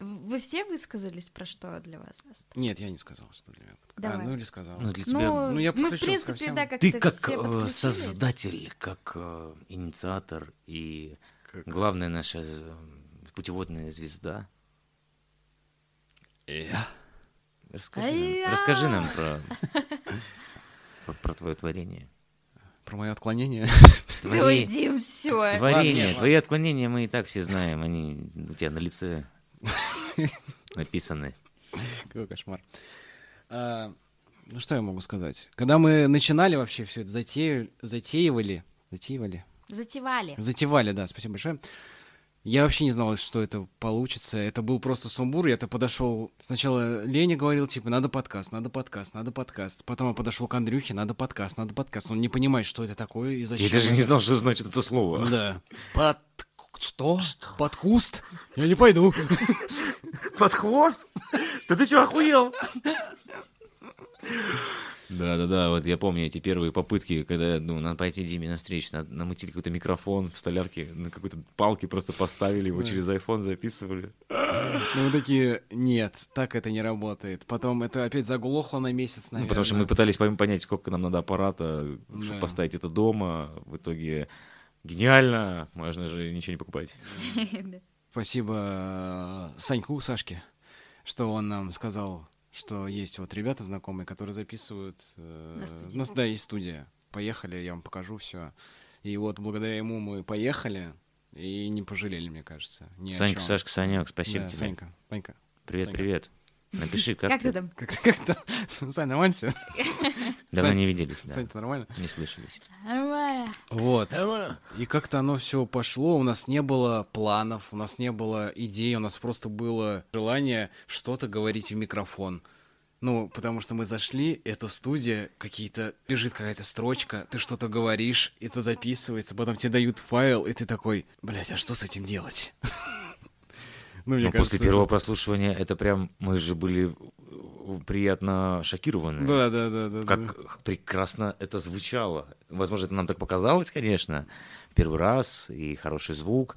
S3: Вы все высказались про что для вас?
S2: Нет, я не сказал, что для меня. подка-
S3: Давай.
S2: А, ну или сказал.
S1: Ну, для тебя...
S3: Ну,
S2: ну, я
S3: мы, в
S2: подключился ко
S3: принципе,
S2: всем.
S3: да, как-то
S1: Ты как
S3: все
S1: э,
S3: подключились.
S1: создатель, как э, инициатор и
S2: Как-
S1: главная наша э, путеводная звезда.
S2: Э, Я?
S1: Расскажи нам, расскажи нам про, про, про твое творение.
S2: Про мое отклонение.
S3: Ой, Дим, все.
S2: Ладно,
S1: Творение,
S2: нет,
S1: твои отклонения мы и так все знаем, они у тебя на лице написаны.
S2: Какой кошмар. А, ну что я могу сказать? Когда мы начинали вообще все это, затею- затеивали, затеивали,
S3: Затевали.
S2: затевали, да, спасибо большое. Я вообще не знал, что это получится. Это был просто сумбур. Я-то подошел... Сначала Леня говорил, типа, надо подкаст, надо подкаст, надо подкаст. Потом я подошел к Андрюхе, надо подкаст, надо подкаст. Он не понимает, что это такое и зачем.
S1: Я даже не знал, что значит это слово.
S2: Да. Под... Что? Под куст? Я не пойду.
S1: Под хвост? Да ты что, охуел? Да-да-да, вот я помню эти первые попытки, когда, ну, надо пойти Диме навстречу, надо намутили какой-то микрофон в столярке, на какой-то палке просто поставили его, через iPhone записывали.
S2: Ну, мы такие, нет, так это не работает. Потом это опять заглохло на месяц,
S1: Ну,
S2: наверное.
S1: потому что мы пытались пойм- понять, сколько нам надо аппарата,
S2: Да.
S1: чтобы поставить это дома. В итоге гениально, можно же ничего не покупать.
S3: Да.
S2: Спасибо э, Саньку, Сашке, что он нам сказал, что есть вот ребята знакомые, которые записывают... э,
S3: На студии.
S2: у нас, да, есть студия. Поехали, я вам покажу все. И вот благодаря ему мы поехали и не пожалели, мне кажется. ни о
S1: Санька,
S2: чём.
S1: Сашка, Санек, спасибо
S2: Да,
S1: тебе.
S2: Санька, Санька.
S1: Привет,
S2: Санька.
S1: привет. Напиши, как,
S3: Как
S1: ты?
S3: ты там?
S2: Как, как там? Сань, нормально все?
S1: Давно
S2: Сань-
S1: не виделись, да.
S2: Сань, ты нормально?
S1: Не слышались.
S3: Нормально.
S2: Вот. И как-то оно все пошло, у нас не было планов, у нас не было идей, у нас просто было желание что-то говорить в микрофон. Ну, потому что мы зашли, эта студия, какие-то, бежит какая-то строчка, ты что-то говоришь, это записывается, потом тебе дают файл, и ты такой, блядь, а что с этим делать? Ну,
S1: Но после первого прослушивания это прям, мы же были э, приятно шокированы.
S2: Да, да, да, да. да.
S1: Как прекрасно это звучало. Возможно, это нам так показалось, конечно, первый раз и хороший звук,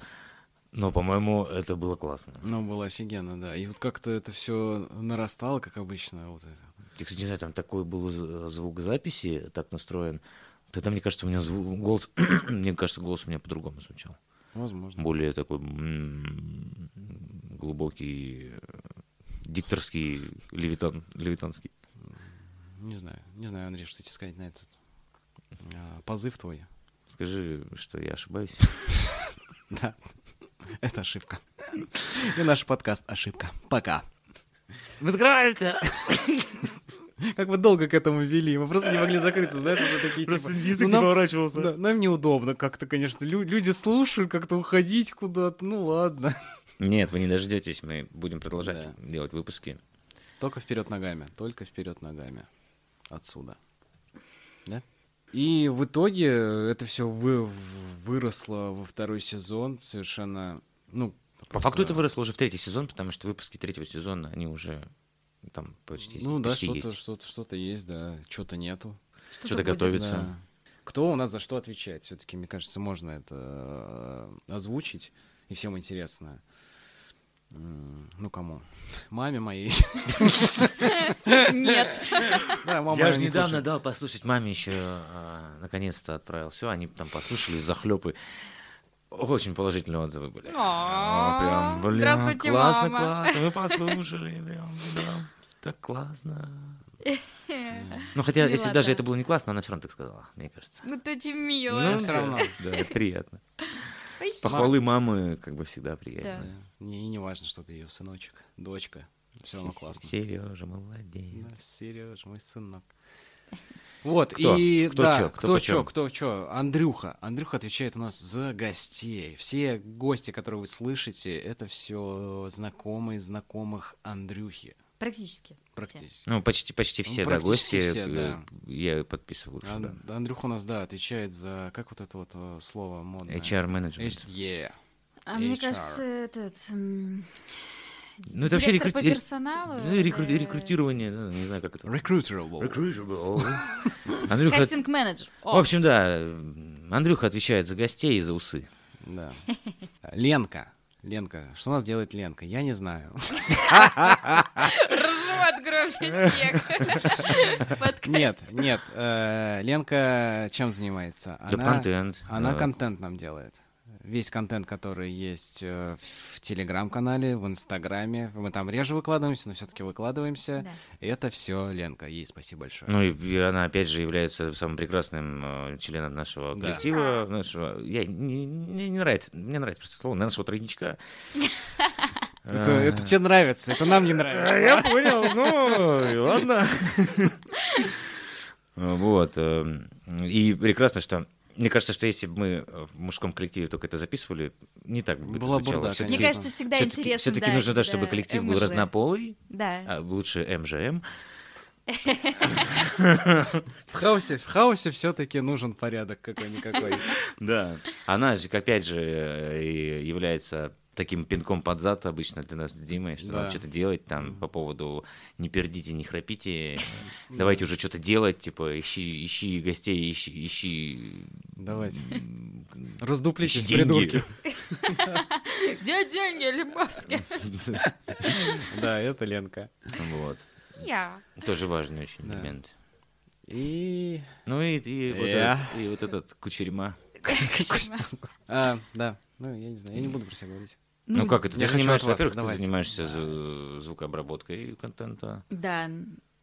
S1: но, по-моему, это было классно.
S2: Ну, было офигенно, да. И вот как-то это все нарастало, как обычно, вот это.
S1: Я, кстати, не знаю, там такой был з- звук записи, так настроен. Тогда, мне кажется, у меня зву- голос... мне кажется, голос у меня по-другому звучал.
S2: Возможно.
S1: Более такой м, глубокий, э, дикторский, левитан, левитанский.
S2: Не знаю, не знаю, Андрей, что тебе сказать на этот а, позыв твой.
S1: Скажи, что я ошибаюсь.
S2: Да, это ошибка. И наш подкаст ошибка. Пока.
S1: Вы сграете!
S2: Как мы долго к этому вели, мы просто не могли закрыться, знаешь, уже такие типа... «Ну, нам-
S1: поворачивался.
S2: да, нам неудобно как-то, конечно. Лю- люди слушают, как-то уходить куда-то. Ну ладно.
S1: Нет, вы не дождетесь, мы будем продолжать
S2: Да.
S1: делать выпуски.
S2: Только вперед ногами, только вперед ногами. Отсюда. Да? И в итоге это все выросло во второй сезон совершенно. Ну,
S1: По факту
S2: просто-
S1: это выросло уже в третий сезон, потому что выпуски третьего сезона, они уже там почти,
S2: Ну да,
S1: почти
S2: что-то
S1: есть.
S2: что-то что-то есть, да, что-то нету.
S3: Что-то
S1: Что-то
S3: будет.
S1: готовится. Лица.
S2: Да. Кто у нас за что отвечает? Все-таки, мне кажется, можно это э, озвучить, и всем интересно. М, Ну кому? Маме моей.
S3: Нет.
S2: Да, мама
S1: Я
S2: наверное,
S1: же
S2: не
S1: недавно
S2: слушает.
S1: дал послушать маме еще, а, наконец-то отправил. Все, они там послушали захлебы. Очень положительные отзывы были.
S3: О,
S1: А, прям, блин,
S3: здравствуйте,
S1: классно,
S3: мама.
S1: классно, вы послушали, прям, да, так классно. Ну, хотя, если
S3: Милота.
S1: даже это было не классно, она все равно так сказала, мне кажется.
S3: Ну, ты очень мило.
S2: Ну, всё
S1: да,
S2: равно.
S1: Да, это приятно.
S3: Спасибо.
S1: Похвалы мамы, как бы, всегда приятно.
S2: Да. Не, и не важно, что ты ее сыночек, дочка. Все равно классно.
S1: Сережа, молодец.
S2: Сереж, мой сынок. Вот,
S1: Кто?
S2: и
S1: Кто
S2: да,
S1: чё? Кто
S2: кто чё,
S1: почём?
S2: кто чё. Андрюха. Андрюха отвечает у нас за гостей. Все гости, которые вы слышите, это все знакомые знакомых Андрюхи.
S3: Практически. все.
S2: Практически.
S1: Ну, почти, почти
S2: Ну,
S1: все, да,
S2: практически
S1: гости.
S2: все, да.
S1: э, Я подписывал
S2: Ан-
S1: сюда.
S2: Андрюха у нас, да, отвечает за... Как вот это вот э, слово модное?
S1: HR-менеджмент.
S2: HDE.
S3: А мне
S2: HR.
S3: кажется, этот... м,
S1: Ну, это вообще
S3: директор по
S1: рекрути- рек-
S3: персоналу. э,
S1: Ну, и рекру-
S3: это
S1: и рекрутирование, да, не знаю, как это.
S2: Recruiterable.
S1: Recruitable. Андрюха...
S3: Кастинг-менеджер.
S1: В общем, да, Андрюха отвечает за гостей и за усы.
S2: Да. Ленка. Ленка. Что у нас делает Ленка? Я не знаю.
S3: Ржет громче всех. Подкаст.
S2: Нет, нет. э, Ленка чем занимается?
S1: Да контент.
S2: Она
S1: э,
S2: контент нам делает. Весь контент, который есть э, в телеграм-канале, в инстаграме. Мы там реже выкладываемся, но все-таки выкладываемся.
S3: Да.
S2: Это все Ленка. Ей спасибо большое.
S1: Ну и, и она опять же является самым прекрасным э, членом нашего
S2: Да.
S1: коллектива, нашего. Я не, не- не нравится, мне нравится просто слово нашего тройничка. Э,
S2: Это, это тебе нравится, это нам не нравится.
S1: э, Я понял, ну ладно. Вот. э, И прекрасно, что мне кажется, что если бы мы в мужском коллективе только это записывали, не так бы это
S2: Была бы
S1: звучало.
S2: бурда,
S1: Всё-таки-
S3: Мне кажется, всегда
S1: всё-таки-
S3: интересно.
S1: Всё-таки
S3: да,
S1: нужно, да,
S3: когда
S1: чтобы коллектив был
S3: МЖ.
S1: разнополый,
S3: Да.
S1: а лучше МЖМ.
S2: В хаосе, в хаосе все-таки нужен порядок какой-никакой.
S1: Да. Она же, опять же, э, и является таким пинком под зад обычно для нас с Димой, что
S2: Да.
S1: надо что-то делать там по поводу не пердите, не храпите, давайте уже что-то делать, типа ищи, ищи гостей, ищи, ищи...
S2: Давайте.
S1: м,
S2: Раздуплитесь,
S1: Ищи деньги.
S2: придурки.
S3: Где деньги, Лебовский?
S2: Да, это Ленка.
S1: Вот.
S3: Я.
S1: Тоже важный очень
S2: Да.
S1: момент.
S2: И...
S1: Ну и, и, вот,
S2: Я.
S1: этот, и вот этот кучерьма.
S2: а, да. Ну, я не знаю, я не буду про себя говорить.
S1: Ну, как это? Ты
S2: я хочу
S1: занимаешься,
S2: от вас,
S1: во-первых, ты
S2: давайте.
S1: занимаешься зв- звукообработкой контента.
S3: Да,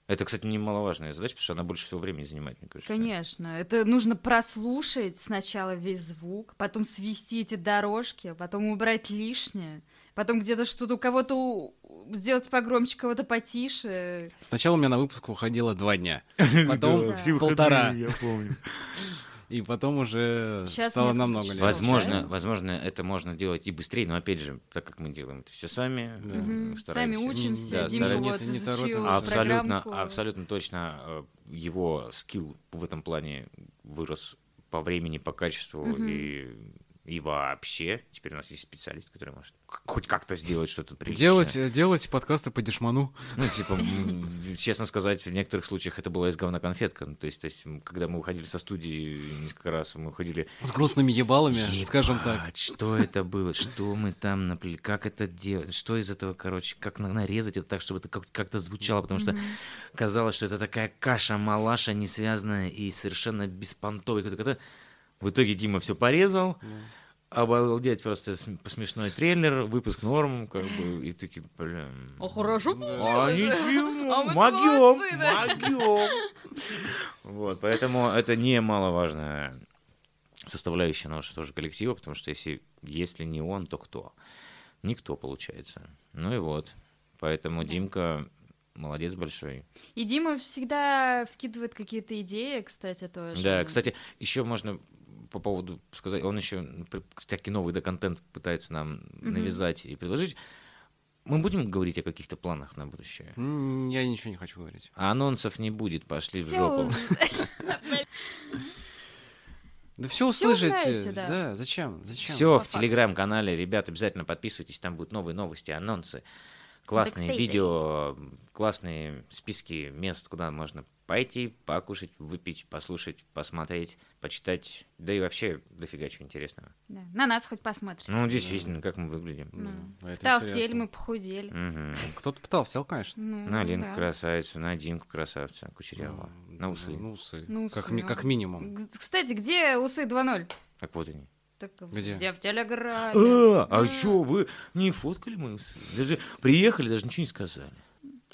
S1: Это, кстати, немаловажная задача, потому что она больше всего времени занимает, мне кажется.
S3: конечно. Это нужно прослушать сначала весь звук, потом свести эти дорожки, потом убрать лишнее, потом где-то что-то у кого-то у- сделать погромче, кого-то
S1: Э,
S3: потише.
S2: Сначала у меня на выпуск уходило два дня.
S3: Да.
S2: Потом
S3: все
S2: полтора.
S1: я помню.
S2: И потом уже
S3: Щас
S2: стало
S3: несколько
S2: намного
S3: часов.
S2: легче.
S1: Возможно,
S3: Слушай.
S1: возможно, это можно делать и быстрее, но опять же, так как мы делаем это все сами,
S2: Да.
S1: э,
S3: Мгм. Сами
S1: стараемся.
S3: учимся,
S1: Да,
S3: Димка
S1: стараемся. А
S2: Нет,
S3: вот
S2: не
S3: изучил
S2: торопимся.
S1: Абсолютно,
S3: программку.
S1: абсолютно точно э, его скилл в этом плане вырос по времени, по качеству
S3: Мгм.
S1: и и вообще. Теперь у нас есть специалист, который может к- хоть как-то сделать что-то приличное.
S2: Делать, э, делать подкасты по дешману.
S1: Ну, типа, м, честно сказать, в некоторых случаях это была из говна конфетка. Ну, то есть, то есть, м, когда мы уходили со студии несколько раз, мы уходили
S2: С грустными ебалами, скажем так.
S1: Ебать, Что это было? Что мы там наплели? Как это делать? Что из этого, короче, как на- нарезать это так, чтобы это как- как-то звучало? Потому что казалось, что это такая каша-малаша, не связанная и совершенно беспонтовая. какой-то кота. В итоге Дима все порезал. Обалдеть, просто см- смешной трейлер, выпуск норм, как бы, и такие, бля...
S3: О, хорошо
S1: А
S3: получилось.
S1: ничего,
S3: А мы
S1: могём,
S3: молодцы, да.
S1: могём. Вот, поэтому это немаловажная составляющая нашего тоже коллектива, потому что если, если не он, то кто? Никто, получается. Ну и вот. Поэтому Димка молодец большой.
S3: И Дима всегда вкидывает какие-то идеи, кстати, тоже.
S1: Да, кстати, еще можно по поводу сказать, он еще при- всякий новый да, контент пытается нам навязать и предложить. Мы будем говорить о каких-то планах на будущее?
S2: М, Я ничего не хочу говорить.
S1: А анонсов не будет, пошли в
S3: Всё
S1: жопу.
S3: уз-
S2: Да все
S3: Всё
S2: услышите.
S3: узнаете, да.
S2: Да, зачем? Зачем?
S1: Все в
S3: По факту.
S1: телеграм-канале, ребят, обязательно подписывайтесь, там будут новые новости, анонсы, классные
S3: Бэкстейджи.
S1: видео, классные списки мест, куда можно пойти, покушать, выпить, послушать, посмотреть, почитать, да и вообще дофига чего интересного.
S3: Да, На нас хоть посмотрите.
S1: Ну, действительно, как мы выглядим.
S2: Да, это
S3: Толстели
S2: интересно.
S3: мы, похудели.
S1: Мгм.
S2: Кто-то потолстел, конечно.
S3: Ну,
S1: На Ленку
S3: да.
S1: красавицу, на Димку красавца, Кучерявого, на усы.
S2: Ну, усы.
S3: Ну,
S2: Как
S3: усы,
S2: ми-
S3: ну.
S2: Как минимум.
S3: Г- Кстати, где усы 2.0?
S1: Так вот они.
S3: Так,
S2: Где?
S3: в Телеграме.
S1: А, а
S3: М.
S1: чё, вы не фоткали мои усы? Даже приехали, даже ничего не сказали.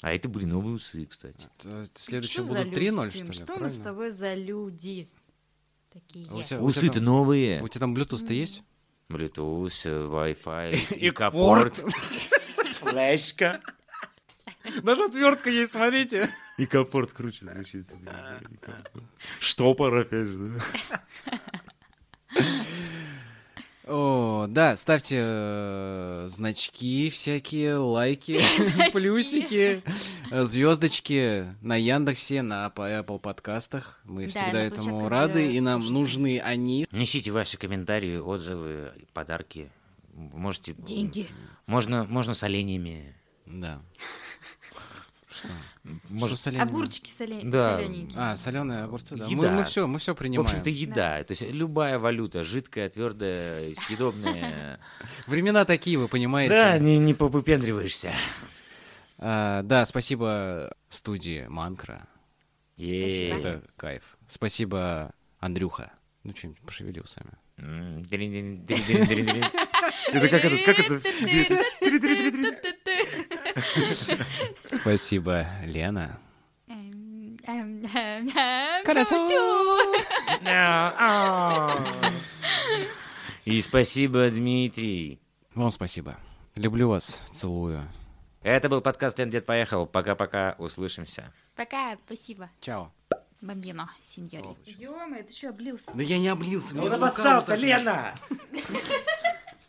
S1: А это были новые усы, кстати.
S2: Т- э,
S3: Что
S2: Следующие
S3: за
S2: будут
S3: люди,
S2: 3-0, что ли?
S3: Дим? Что мы
S2: Правильно?
S3: с тобой за люди? Такие.
S2: А у тебя- у тебя
S1: Усы-то
S2: там-
S1: новые.
S2: У тебя там Bluetooth-то есть?
S1: Bluetooth, э, Wi-Fi,
S2: И
S1: и капорт.
S2: Флешка. Даже отвертка есть, смотрите.
S1: И капорт круче звучит. Штопор, опять же.
S2: О, да, ставьте э, значки всякие, лайки,
S3: Значки.
S2: плюсики, э, звездочки на Яндексе, на Ап- Apple подкастах. Мы
S3: Да,
S2: всегда
S3: на
S2: этому
S3: площадках,
S2: рады,
S3: где
S2: и нам
S3: слушать
S2: нужны они.
S1: Несите ваши комментарии, отзывы, подарки. Можете...
S3: Деньги.
S1: Можно, можно с оленями.
S2: Да.
S1: Можно...
S2: Что с оленями?
S3: Огурчики соле-
S1: Да.
S3: солененькие.
S2: А, соленые огурцы, да. Мы,
S1: Еда.
S2: все, мы все
S1: В
S2: принимаем.
S1: общем-то, еда. То есть любая валюта, жидкая, твердая, съедобная.
S2: Времена такие, вы понимаете.
S1: Да, не, не попупендриваешься.
S2: А, да, спасибо студии Манкра.
S1: Е.
S3: Спасибо.
S2: Это кайф. Спасибо, Андрюха. Ну, что-нибудь пошевели усами.
S1: М, дырин-дырин-дырин-дырин-дырин. Это как это? Как это?
S2: Спасибо, Лена.
S3: Эм, эм, эм, эм,
S2: Красава.
S3: тю-тю.
S1: И спасибо, Дмитрий.
S2: Вам спасибо. Люблю вас, целую.
S1: Это был подкаст «Лен, дед поехал». Пока-пока, услышимся.
S3: Пока, спасибо.
S2: Чао.
S3: Бомбино, сеньори. Ё-моё, ты что, облился?
S2: Да я не облился.
S1: обоссался, Лена!